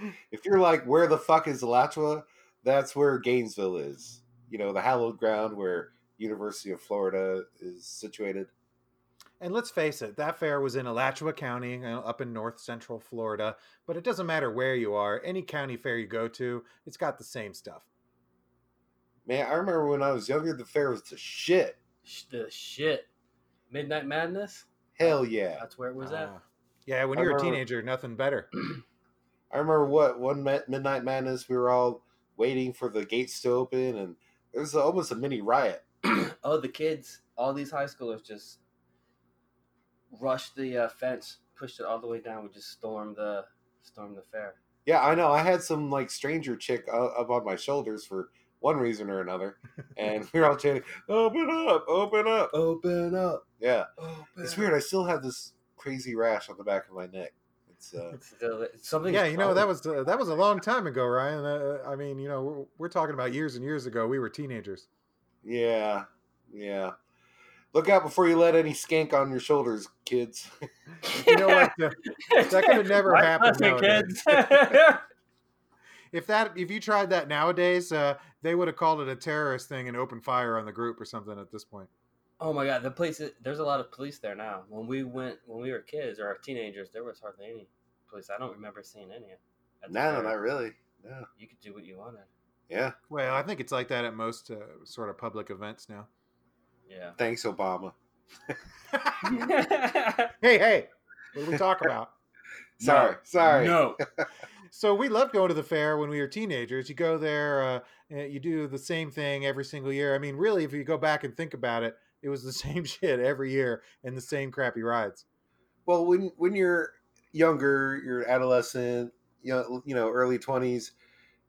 S9: fair.
S3: If you're like, where the fuck is Alachua? That's where Gainesville is. You know, the hallowed ground where University of Florida is situated.
S2: And let's face it, that fair was in Alachua County, you know, up in north central Florida. But it doesn't matter where you are, any county fair you go to, it's got the same stuff.
S3: Man, I remember when I was younger, the fair was the shit.
S4: Sh- The shit. Midnight Madness?
S3: Hell yeah.
S4: That's where it was at.
S2: Ah. yeah, when
S3: I
S2: you're a
S3: remember-
S2: teenager, nothing better.
S3: I remember what one mi- midnight madness. We were all waiting for the gates to open, and there was almost a mini riot.
S4: oh, the kids, all these high schoolers just rushed the uh, fence, pushed it all the way down, would just storm the storm the fair.
S3: Yeah, I know. I had some like stranger chick uh, up on my shoulders for one reason or another, and we were all chanting, "Open up! Open up! Open up!" Yeah,
S4: Oh,
S3: it's weird. I still have this crazy rash on the back of my neck. It's uh,
S4: Still, it's something.
S2: yeah, you know that was uh, that was a long time ago, Ryan. Uh, I mean, you know, we're, we're talking about years and years ago. We were teenagers.
S3: yeah, yeah. Look out before you let any skank on your shoulders, kids.
S2: You know what? uh, that could've never
S4: Why
S2: happened
S4: fucking
S2: nowadays.
S4: kids.
S2: if that if you tried that nowadays, uh, they would have called it a terrorist thing and opened fire on the group or something at this point.
S4: oh my god, the police! There's a lot of police there now. When we went, when we were kids or teenagers, there was hardly any police. I don't remember seeing any. at the
S3: no,
S4: fair.
S3: not really. No,
S4: You could do what you wanted.
S3: yeah.
S2: Well, I think it's like that at most uh, sort of public events now.
S4: Yeah.
S3: Thanks, Obama.
S2: Hey, hey, what do we talk about?
S3: Sorry, sorry.
S4: No.
S2: so we loved going to the fair when we were teenagers. You go there, uh, and you do the same thing every single year. I mean, really, if you go back and think about it, it was the same shit every year and the same crappy rides.
S3: well when when you're younger you're an adolescent you know, you know early 20s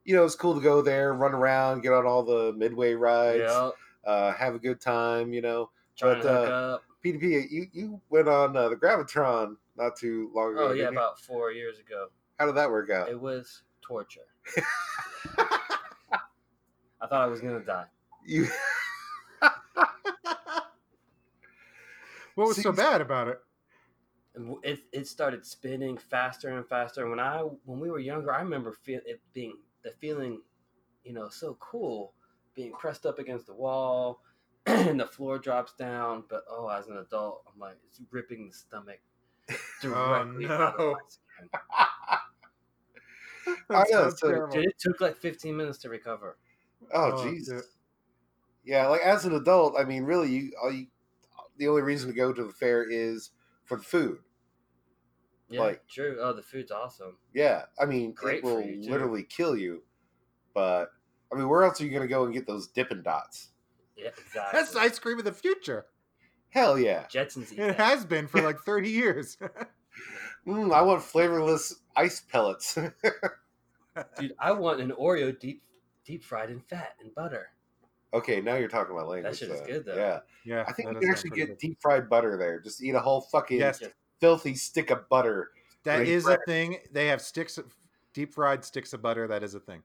S3: you know it's cool to go there run around get on all the midway rides
S4: Yeah.
S3: uh, have a good time you know
S4: Trying
S3: But,
S4: to hook
S3: uh,
S4: up.
S3: pdp you, you went on uh, the gravitron not too long ago
S4: Oh yeah,
S3: didn't you?
S4: about four years ago.
S3: how did that work out
S4: It was torture. I thought I was gonna die.
S3: you
S2: What was so
S3: Seems-
S2: bad about it?
S4: It, it started spinning faster and faster. When I when we were younger, I remember feel, it being the feeling, you know, so cool, being pressed up against the wall, and the floor drops down. But oh, as an adult, I'm like it's ripping the stomach directly out of
S2: no.
S4: my skin.
S3: I know,
S2: sounds
S3: so-
S2: terrible.
S4: Dude, it took like 15 minutes to recover.
S3: oh
S2: Oh,
S3: jeez
S2: dude.
S3: yeah like as an adult i mean really you, all you the only reason to go to the fair is for the food
S4: Yeah,
S3: Like-
S4: true. Oh, the food's awesome.
S3: Yeah, I mean,
S4: Great
S3: it
S4: for
S3: will
S4: you, too.
S3: literally kill you. But I mean, where else are you going to go and get those Dippin' Dots?
S4: Yeah, exactly.
S2: That's ice cream of the future.
S3: Hell yeah!
S4: Jetsons. Eat
S2: It
S4: that.
S2: has been for like 30 years.
S3: Mm, I want flavorless ice pellets.
S4: Dude, I want an Oreo deep deep fried in fat and butter.
S3: okay, now you're talking my language.
S4: shit is
S3: uh,
S4: good, though.
S3: Yeah,
S2: yeah.
S3: I think
S2: that does
S3: you can
S2: sound
S3: actually
S2: pretty
S3: get
S2: good.
S3: deep fried butter there. Just eat a whole fucking
S2: Yes,
S3: filthy stick of butter.
S2: that
S3: Great
S2: is
S3: bread.
S2: a thing. They have sticks of deep fried sticks of butter. That is a thing.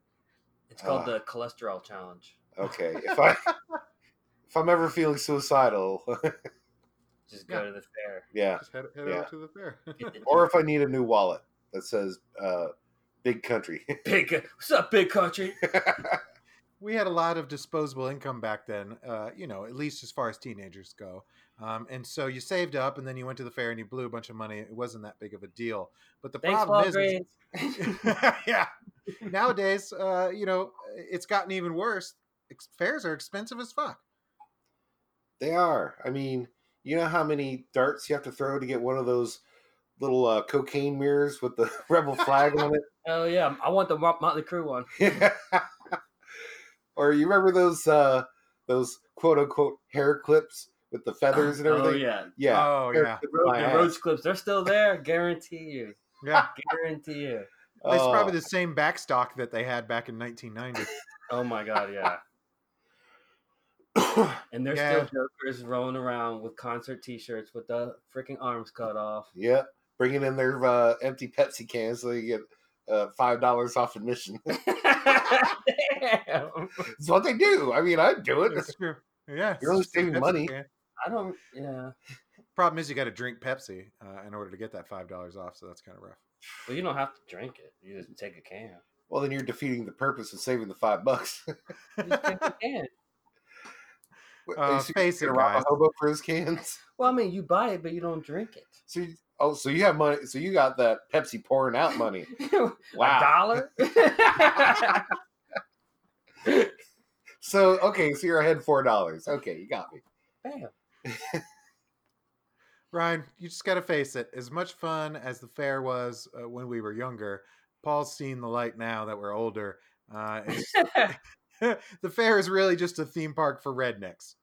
S4: It's called
S3: Ah.
S4: the cholesterol challenge.
S3: Okay, if I if I'm ever feeling suicidal,
S4: Just go
S2: Yeah.
S4: to the fair.
S3: yeah,
S2: Just head, head
S3: Yeah.
S2: over to the fair.
S4: Get the
S3: or
S4: deep-
S3: if I need a new wallet that says uh, Big country.
S4: Big, what's up, big country?
S2: we had a lot of disposable income back then, uh, you know, at least as far as teenagers go. Um, and so you saved up, and then you went to the fair and you blew a bunch of money. It wasn't that big of a deal. But the
S4: Thanks,
S2: problem is,
S4: Walgreens.
S2: yeah, nowadays, uh, you know, it's gotten even worse. Ex- Fairs are expensive as fuck.
S3: They are. I mean, you know how many darts you have to throw to get one of those little uh, cocaine mirrors with the rebel flag on
S4: Hell yeah! I want the Mo- Motley Crue one.
S3: it? or you remember those uh, those quote unquote hair clips with the feathers and
S4: Oh
S3: everything?
S4: yeah,
S3: yeah.
S2: Oh
S3: hair
S2: yeah,
S3: clip
S4: the,
S3: my ass.
S4: Roach clips. They're still there. Guarantee you.
S2: yeah.
S4: Guarantee you.
S2: It's
S3: Oh,
S2: probably the same backstock that they had back in 1990.
S4: Oh my god, yeah. And there's
S2: Yeah.
S4: still jokers rolling around with concert T-shirts with the freaking arms cut off.
S3: yeah. Bringing in their uh, empty Pepsi cans so you get uh, five dollars off admission.
S4: Damn.
S3: That's what they do. I mean, I'd do it.
S2: That's true. Yeah,
S3: You're only
S2: it's just
S3: saving
S2: Pepsi
S3: money.
S2: can.
S4: I don't. Yeah.
S2: Problem is, you got to drink Pepsi uh, in order to get that five dollars off. So that's kind of rough.
S4: Well, you don't have to drink it. You just take a can.
S3: Well, then you're defeating the purpose of saving the five bucks.
S4: You just take a can.
S3: What,
S2: Uh,
S3: you see-
S2: face
S3: you
S2: it,
S3: rob a
S2: guys.
S3: hobo for his cans.
S4: Well, I mean, you buy it, but you don't drink it.
S3: So, you, oh, so you have money. So you got that Pepsi pouring out money.
S2: Ah.
S4: A
S3: Wow.
S4: dollar?
S3: So okay, so you're ahead four dollars. Okay, you got me.
S4: Bam.
S2: Ryan, you just got to face it. As much fun as the fair was uh, when we were younger, Paul's seen the light now that we're older. Uh, it's- the fair is really just a theme park for rednecks.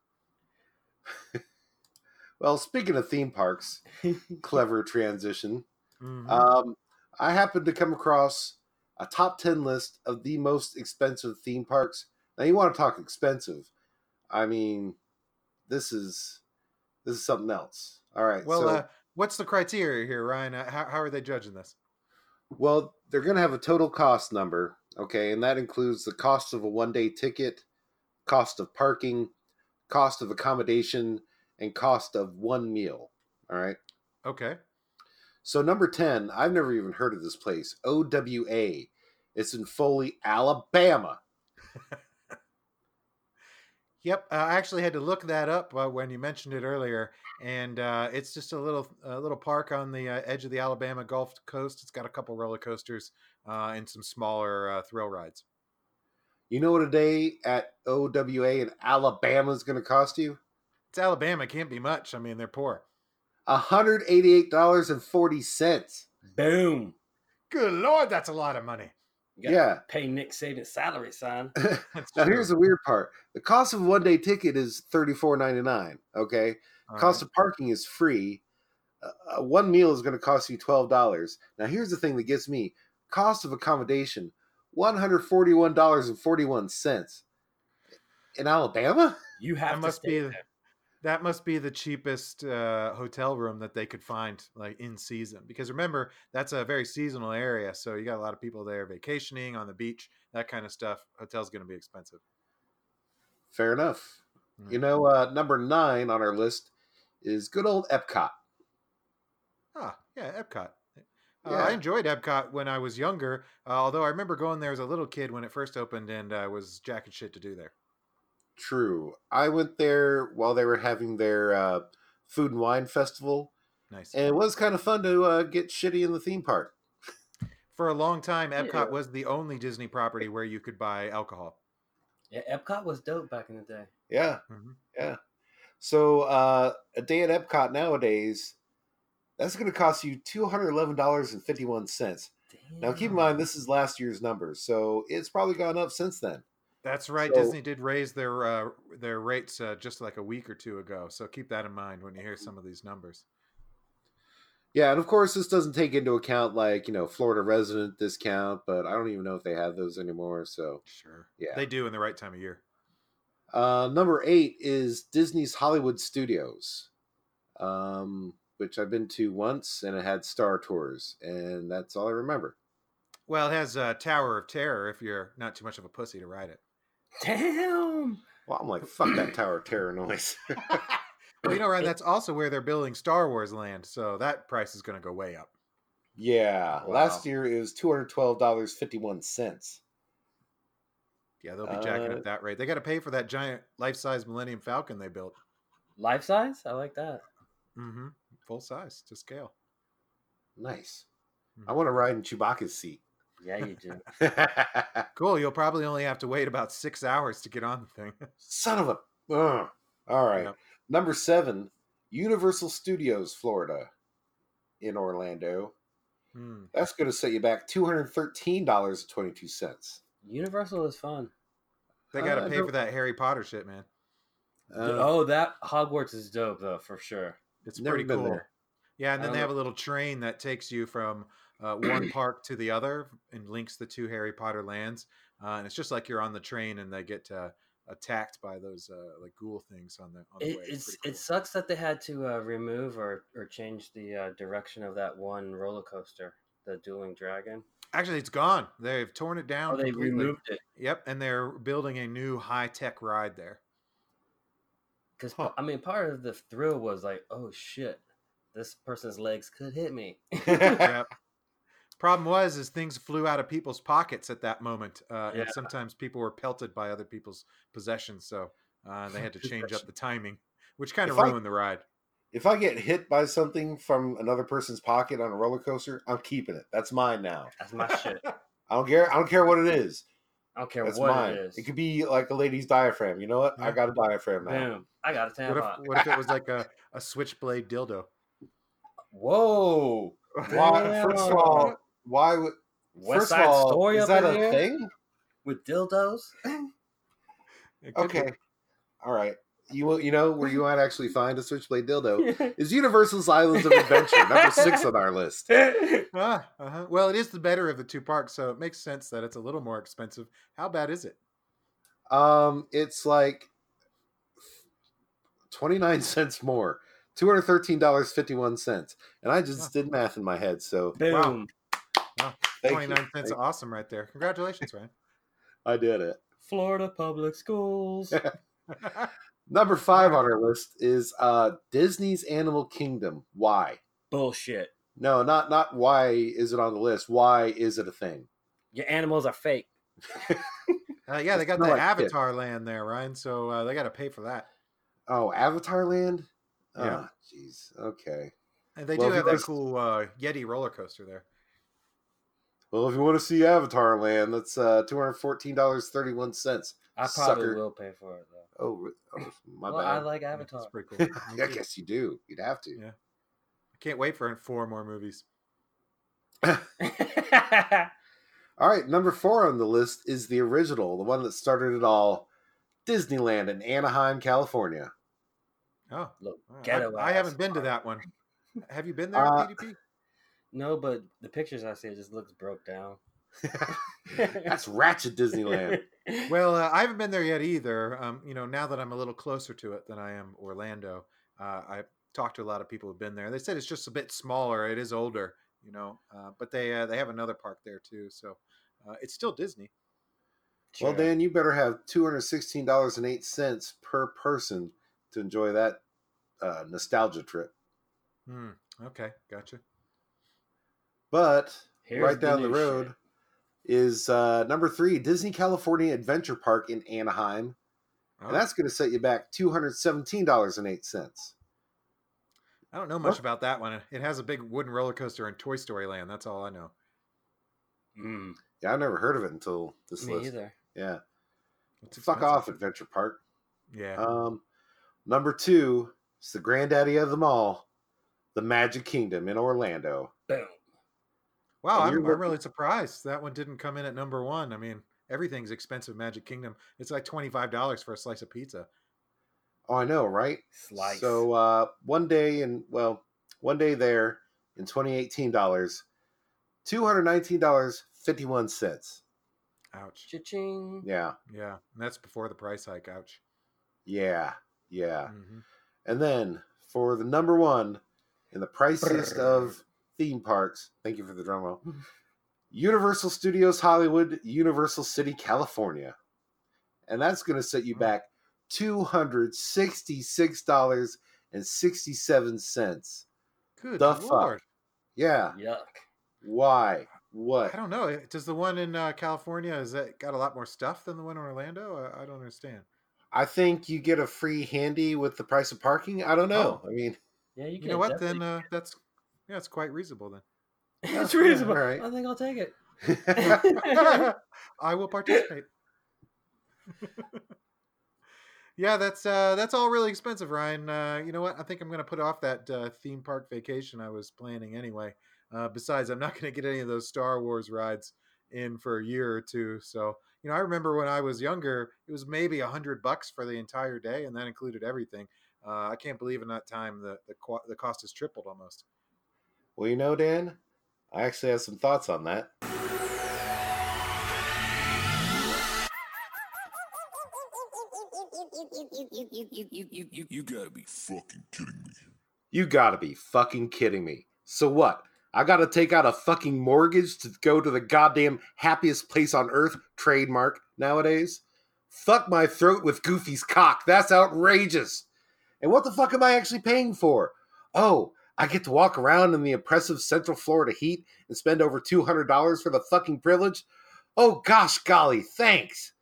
S3: Well, speaking of theme parks, clever transition.
S2: Mhm.
S3: Um, I happened to come across a top ten list of the most expensive theme parks. Now, you want to talk expensive? I mean, this is this is something else. All right.
S2: well,
S3: so,
S2: uh, what's the criteria here, Ryan? Uh, how, how are they judging this?
S3: Well, they're going to have a total cost number, okay, and that includes the cost of a one-day ticket, cost of parking, cost of accommodation, and cost of one meal. All right.
S2: Okay.
S3: So number ten, I've never even heard of this place. OWA. It's in Foley, Alabama.
S2: Yep, uh, I actually had to look that up uh, when you mentioned it earlier, and uh, it's just a little a little park on the uh, edge of the Alabama Gulf Coast. It's got a couple roller coasters uh, and some smaller uh, thrill rides.
S3: You know what a day at OWA in Alabama is going to cost you?
S2: It's Alabama, can't be much. I mean, they're poor.
S3: $188.40.
S4: Boom.
S2: Good lord, that's a lot of money.
S4: You gotta
S3: Yeah.
S4: Pay Nick Saban's salary, son.
S2: That's
S3: Now
S2: true.
S3: here's the weird part. The cost of a one day ticket is thirty four ninety nine. Okay.
S2: All
S3: cost
S2: right.
S3: of parking is free. Uh, uh, one meal is going to cost you twelve dollars. Now here's the thing that gets me: cost of accommodation, one hundred forty one dollars and forty one cents. In Alabama?
S4: You have
S2: that
S4: to
S2: must
S4: stay
S2: be
S4: there.
S2: that must be the cheapest uh, hotel room that they could find, like in season. Because remember, that's a very seasonal area, so you got a lot of people there vacationing on the beach, that kind of stuff. Hotel's going to be expensive.
S3: Fair enough.
S2: Mm.
S3: You know, uh, number nine on our list is good old Epcot.
S2: Ah, yeah, Epcot. Uh,
S3: Yeah.
S2: I enjoyed Epcot when I was younger, uh, although I remember going there as a little kid when it first opened and uh, was jack and shit to do there.
S3: True. I went there while they were having their uh, food and wine festival,
S2: Nice.
S3: and it was kind of fun to uh, get shitty in the theme park.
S2: For a long time, Epcot
S4: Yeah.
S2: was the only Disney property where you could buy alcohol.
S4: Yeah, Epcot was dope back in the day.
S3: Yeah.
S2: Mhm.
S3: So uh, a day at Epcot nowadays, that's going to cost you two hundred eleven dollars and fifty one cents. Now keep in mind this is last year's numbers, so it's probably gone up since then.
S2: That's right.
S3: So-
S2: Disney did raise their uh, their rates uh, just like a week or two ago, so keep that in mind when you hear some of these numbers.
S3: Yeah, and of course this doesn't take into account like you know Florida resident discount, but I don't even know if they have those anymore. So
S2: Sure.
S3: Yeah.
S2: They do in the right time of year.
S3: uh, number eight is Disney's Hollywood Studios, um, which I've been to once, and it had Star Tours, and that's all I remember.
S2: Well, it has uh, Tower of Terror if you're not too much of a pussy to ride it.
S4: Damn.
S3: Well, I'm like, fuck that Tower of Terror noise.
S2: Well, you know, Ryan, that's also where they're building Star Wars land, so that price is going to go way up.
S3: Yeah,
S1: Wow.
S3: last year it was two hundred twelve dollars fifty one cents.
S2: Yeah, they'll be jacking
S3: Uh,
S2: up that rate. They got to pay for that giant life-size Millennium Falcon they built.
S4: Life size? I like that.
S2: Mm-hmm. Full size to scale.
S3: Nice. I want to ride in Chewbacca's seat.
S4: Yeah, you do.
S2: Cool. You'll probably only have to wait about six hours to get on the thing.
S3: Son of a. Ugh. All right.
S2: Yep.
S3: Number seven, Universal Studios, Florida, in Orlando.
S2: Hmm.
S3: That's going to set you back two hundred thirteen dollars twenty two cents.
S4: Universal is fun.
S2: They got to
S3: Uh,
S2: pay
S3: no-
S2: for that Harry Potter shit, man. Uh,
S3: Uh,
S4: oh, that Hogwarts is dope though, for sure.
S2: It's
S3: Never
S2: pretty
S3: been
S2: cool.
S3: there. Oh.
S2: Yeah, and
S4: I
S2: then they
S4: don't-
S2: have a little train that takes you from uh, one park to the other and links the two Harry Potter lands. Uh, and it's just like you're on the train, and they get uh, attacked by those uh, like ghoul things on the on the
S4: It,
S2: way.
S4: it's
S2: pretty cool.
S4: it sucks that they had to uh, remove or, or change the uh, direction of that one roller coaster, the Dueling Dragon.
S2: actually it's gone. They've torn it down.
S4: Oh, they
S2: completely.
S4: removed it
S2: Yep, and they're building a new high tech ride there.
S4: because
S2: Huh.
S4: I mean, part of the thrill was like, oh shit, this person's legs could hit me.
S2: yep. Problem was, is things flew out of people's pockets at that moment, uh,
S4: Yeah.
S2: and sometimes people were pelted by other people's possessions, so uh, they had to change up the timing, which kind of
S3: If I-
S2: ruined the ride.
S3: If I get hit by something from another person's pocket on a roller coaster, I'm keeping it. That's mine now.
S4: That's my shit. I
S3: I don't care. I don't care what it is.
S4: don't care
S3: That's
S4: what
S3: mine.
S4: it
S3: It,
S4: is.
S3: could be like a lady's diaphragm. You know what? I
S2: Yeah.
S3: got a diaphragm now.
S4: Boom! I got a
S2: What if,
S4: tampon.
S2: what if it was like a, a switchblade dildo?
S4: Whoa!
S3: Why, first of all, why would?
S4: West
S3: first
S4: Side
S3: of all,
S4: Story
S3: is
S4: up
S3: that
S4: in
S3: a
S4: there?
S3: thing?
S4: With dildos?
S2: It could be.
S3: Okay, all right. You will- you know where you might actually find a switchblade dildo is Universal's Islands of Adventure, number six on our list.
S2: Ah, uh-huh. Well, it is the better of the two parks, so it makes sense that it's a little more expensive. How bad is it?
S3: Um, it's like twenty nine cents more. Two hundred thirteen dollars fifty one cents, and I just did math in my head. So
S4: Boom!
S2: Wow.
S3: thank
S2: Twenty nine cents,
S3: Thank-
S2: awesome, right there. Congratulations, Ryan.
S3: I did it.
S4: Florida public schools.
S3: Number five on our list is uh, Disney's Animal Kingdom. Why?
S4: Bullshit.
S3: No, not not why is it on the list? Why is it a thing?
S4: Your animals are fake.
S2: Uh, yeah, they got
S3: It's kinda
S2: the
S3: like this.
S2: Avatar land there, Ryan. So uh, they got to pay for that.
S3: Oh, Avatar Land.
S2: Yeah.
S3: Oh, jeez. Okay.
S2: And they
S3: Well,
S2: do
S3: if
S2: have
S3: you
S2: that
S3: guys-
S2: cool uh, Yeti roller coaster there.
S3: Well, if you want to see Avatar Land, that's uh, two hundred fourteen dollars thirty one cents.
S4: I probably
S3: Sucker.
S4: will pay for it though.
S3: Oh, re- oh, my
S4: well, I
S3: bad.
S4: like
S2: Yeah,
S4: Avatar.
S2: It's pretty cool. Me
S3: I
S2: too.
S3: guess you do. You'd have to.
S2: Yeah. I can't wait for four more movies.
S3: All right, number four on the list is the original, the one that started it all, Disneyland in Anaheim, California.
S2: Oh,
S4: Look,
S2: wow. I-
S4: ghetto
S2: I,
S4: ass.
S2: haven't been to that one. Have you been there,
S3: Uh,
S2: PDP?
S4: no, but the pictures I see it just looks broke down.
S3: That's Ratchet Disneyland.
S2: Well, uh, I haven't been there yet either. Um, you know, now that I'm a little closer to it than I am Orlando, uh, I talked to a lot of people who've been there. They said it's just a bit smaller. It is older, you know, uh, but they uh, they have another park there too. So uh, it's still Disney.
S3: Well,
S4: Sure.
S3: Dan, you better have two hundred sixteen dollars and eight cents per person to enjoy that uh, nostalgia trip.
S2: Hmm. Okay, gotcha.
S3: But
S4: Here's
S3: right down the,
S4: new
S3: road
S4: shit.
S3: is uh, number three, Disney California Adventure Park in Anaheim,
S2: Oh,
S3: and that's going to set you back two hundred seventeen dollars and eight cents.
S2: I don't know much
S3: What?
S2: about that one. It has a big wooden roller coaster in Toy Story Land. That's all I know.
S4: Mm,
S3: Yeah, I've never heard of it until this
S4: me
S3: list.
S4: either.
S3: Yeah,
S2: It's
S3: fuck
S2: expensive.
S3: off, Adventure Park.
S2: Yeah.
S3: Um, number two is the granddaddy of them all, the Magic Kingdom in Orlando.
S4: Boom.
S2: wow,
S3: and
S2: I'm,
S3: you're
S2: I'm
S3: looking-
S2: really surprised that one didn't come in at number one. I mean, everything's expensive. Magic Kingdom. It's like twenty five dollars for a slice of pizza.
S3: Oh, I know, right?
S4: Slice.
S3: So uh, one day in well, one day there in 2018 dollars, two hundred nineteen dollars fifty one cents.
S2: Ouch.
S4: Cha-ching.
S3: Yeah,
S2: Yeah, and that's before the price hike. Ouch.
S3: yeah, yeah.
S2: Mhm.
S3: And then for the number one in the priciest of theme parks. Thank you for the drum roll. Universal Studios Hollywood, Universal City, California. And that's going to set you back $266.67.
S2: Good
S3: The fuck.
S2: lord.
S3: Yeah.
S4: Yuck.
S3: Why?
S2: I
S3: What?
S2: don't know. eh, Does the one in uh, California is that got a lot more stuff than the one in Orlando? I, I don't understand.
S3: I think you get a free handy with the price of parking. I don't
S2: Oh.
S3: know. I mean,
S4: Yeah, you
S2: You,
S4: can.
S2: know what?
S4: definitely-
S2: Then uh, that's yeah, it's quite reasonable then.
S4: it's
S3: yeah,
S4: reasonable.
S3: all right.
S4: I think I'll take it.
S2: I will participate. yeah, that's uh, that's all really expensive, Ryan. Uh, you know what? I think I'm gonna put off that uh, theme park vacation I was planning anyway. Uh, besides, I'm not gonna get any of those Star Wars rides in for a year or two. So you know, I remember when I was younger, it was maybe a hundred bucks for the entire day, and that included everything. Uh, I can't believe in that time the the, qu- the cost has tripled almost.
S3: well, you know, Dan, I actually have some thoughts on that.
S5: You gotta be fucking kidding me.
S3: You gotta be fucking kidding me. So what? I gotta take out a fucking mortgage to go to the goddamn happiest place on earth trademark nowadays? Fuck my throat with Goofy's cock. That's outrageous. And what the fuck am I actually paying for? Oh, I get to walk around in the oppressive Central Florida heat and spend over $200 for the fucking privilege? Oh gosh golly, thanks.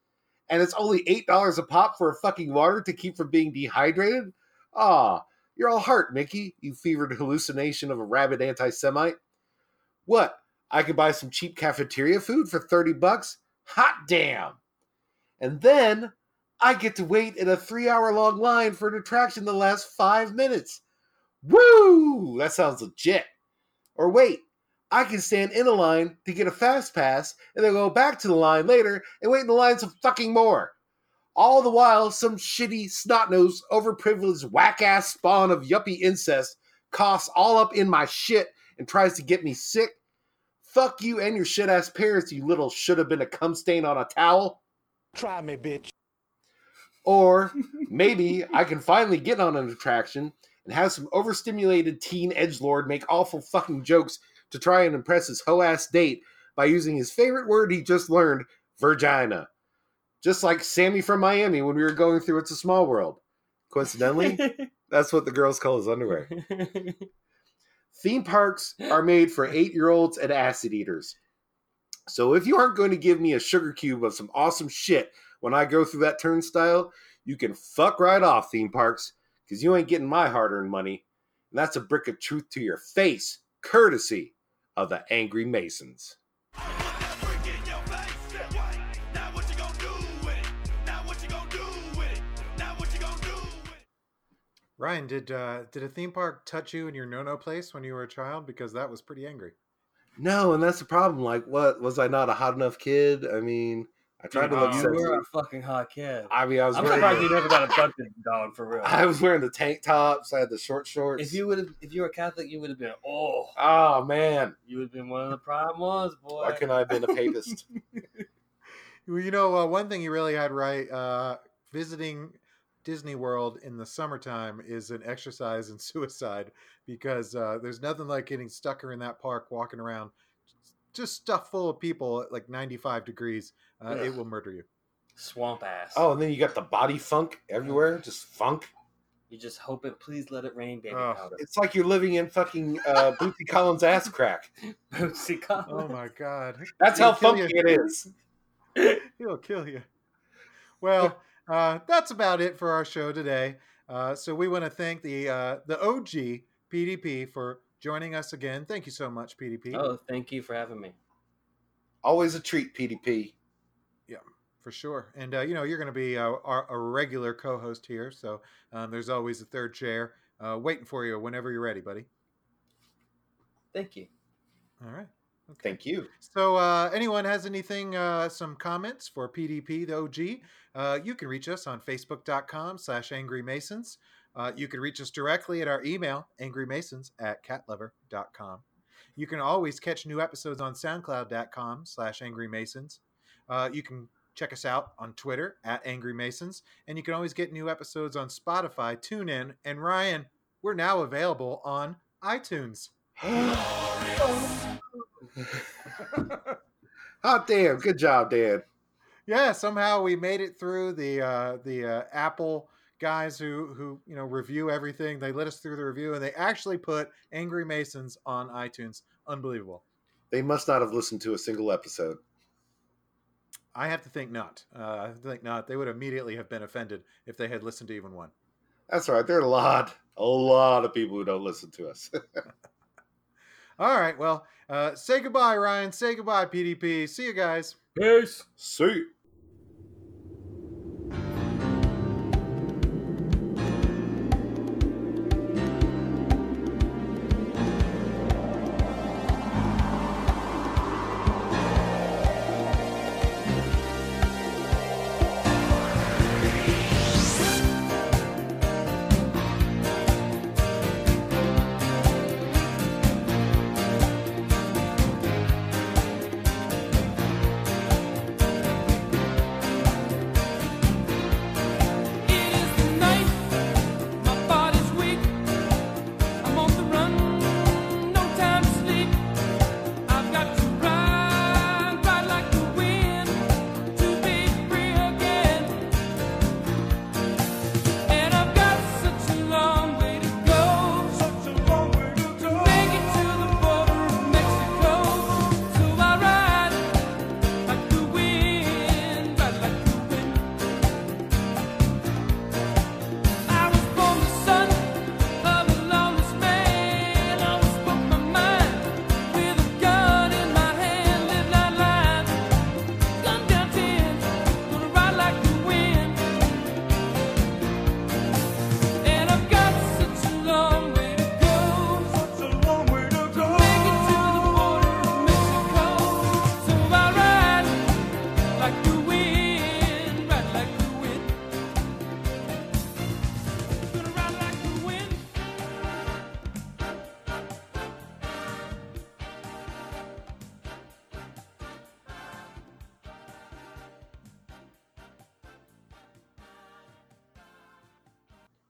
S3: And it's only $8 a pop for a fucking water to keep from being dehydrated? Ah, you're all heart, Mickey, you fevered hallucination of a rabid anti Semite. What? I could buy some cheap cafeteria food for 30 bucks? Hot damn! And then I get to wait in a three hour long line for an attraction the last five minutes. Woo! That sounds legit. Or wait, I can stand in a line to get a fast pass and then go back to the line later and wait in the line some fucking more. All the while, some shitty, snot nosed, overprivileged, whack ass spawn of yuppie incest coughs all up in my shit and tries to get me sick. Fuck you and your shit ass parents, you little should have been a cum stain on a towel.
S7: Try me, bitch.
S3: Or maybe I can finally get on an attraction and have some overstimulated teen edgelord make awful fucking jokes to try and impress his hoe ass date by using his favorite word he just learned, virgina. Just like Sammy from Miami when we were going through It's a Small World. Coincidentally, that's what the girls call his underwear. Theme parks are made for eight year olds and acid eaters. So if you aren't going to give me a sugar cube of some awesome shit when I go through that turnstile, you can fuck right off, theme parks, because you ain't getting my hard earned money. And that's a brick of truth to your face, courtesy of the Angry Masons.
S2: Ryan, did uh, did a theme park touch you in your no no place when you were a child? Because that was pretty angry.
S3: No, and that's the problem. Like, what? Was I not a hot enough kid? I mean, I tried to look
S4: you
S3: sensible.
S4: were a fucking hot kid.
S3: I mean, I was
S4: I'm
S3: wearing.
S4: surprised you
S3: The,
S4: never got abducted, dog. For real.
S3: I was wearing the tank tops. I had the short shorts.
S4: If you would have, if you were Catholic, you would have been oh,
S3: oh man,
S4: you would have been one of the prime ones, boy.
S3: why couldn't I have been a papist?
S2: Well, You know, uh, one thing you really had right uh, visiting Disney World in the summertime is an exercise in suicide because uh, there's nothing like getting stuck in that park walking around, just stuffed full of people at like 95 degrees. Uh, it
S4: Ugh.
S2: will murder you.
S4: Swamp ass.
S3: oh, and then you got the body funk everywhere, just funk.
S4: you just hope it. Please let it rain, baby
S3: Oh.
S2: Ugh.
S4: powder.
S3: It's like you're living in fucking uh, Bootsy Collins' ass crack.
S4: Bootsy Collins.
S2: Oh my God.
S3: That's
S2: It'll
S3: how
S2: kill
S3: funky
S2: you.
S3: it is.
S2: He'll kill you. Well, uh, that's about it for our show today. Uh, so we want to thank the uh, the OG PDP for joining us again. Thank you so much, PDP,
S4: Oh, thank you for having me.
S3: Always a treat, PDP.
S2: for sure. And uh, you know you're going to be uh, our, a regular co-host here, so um, there's always a third chair uh, waiting for you whenever you're ready, buddy.
S4: Thank you.
S2: All right. Okay.
S3: Thank you.
S2: So, uh, anyone has anything, uh, some comments for PDP, the OG, uh, you can reach us on facebook.com slash angry masons. Uh, you can reach us directly at our email, angrymasons at catlover.com. You can always catch new episodes on soundcloud.com slash angry masons. Uh, you can check us out on Twitter at angry masons, and you can always get new episodes on Spotify, TuneIn, and Ryan, we're now available on iTunes.
S3: Hot damn. Good job, Dan.
S2: yeah somehow we made it through the uh the uh, apple guys who who you know review everything they let us through the review and they actually put angry masons on itunes unbelievable
S3: They must not have listened to a single episode.
S2: I have to think not. Uh, I think not. They would immediately have been offended if they had listened to even one.
S3: That's all right. There are a lot, a lot of people who don't listen to us.
S2: All right. Well, uh, say goodbye, Ryan. Say goodbye, PDP. See you guys.
S4: Peace.
S3: See.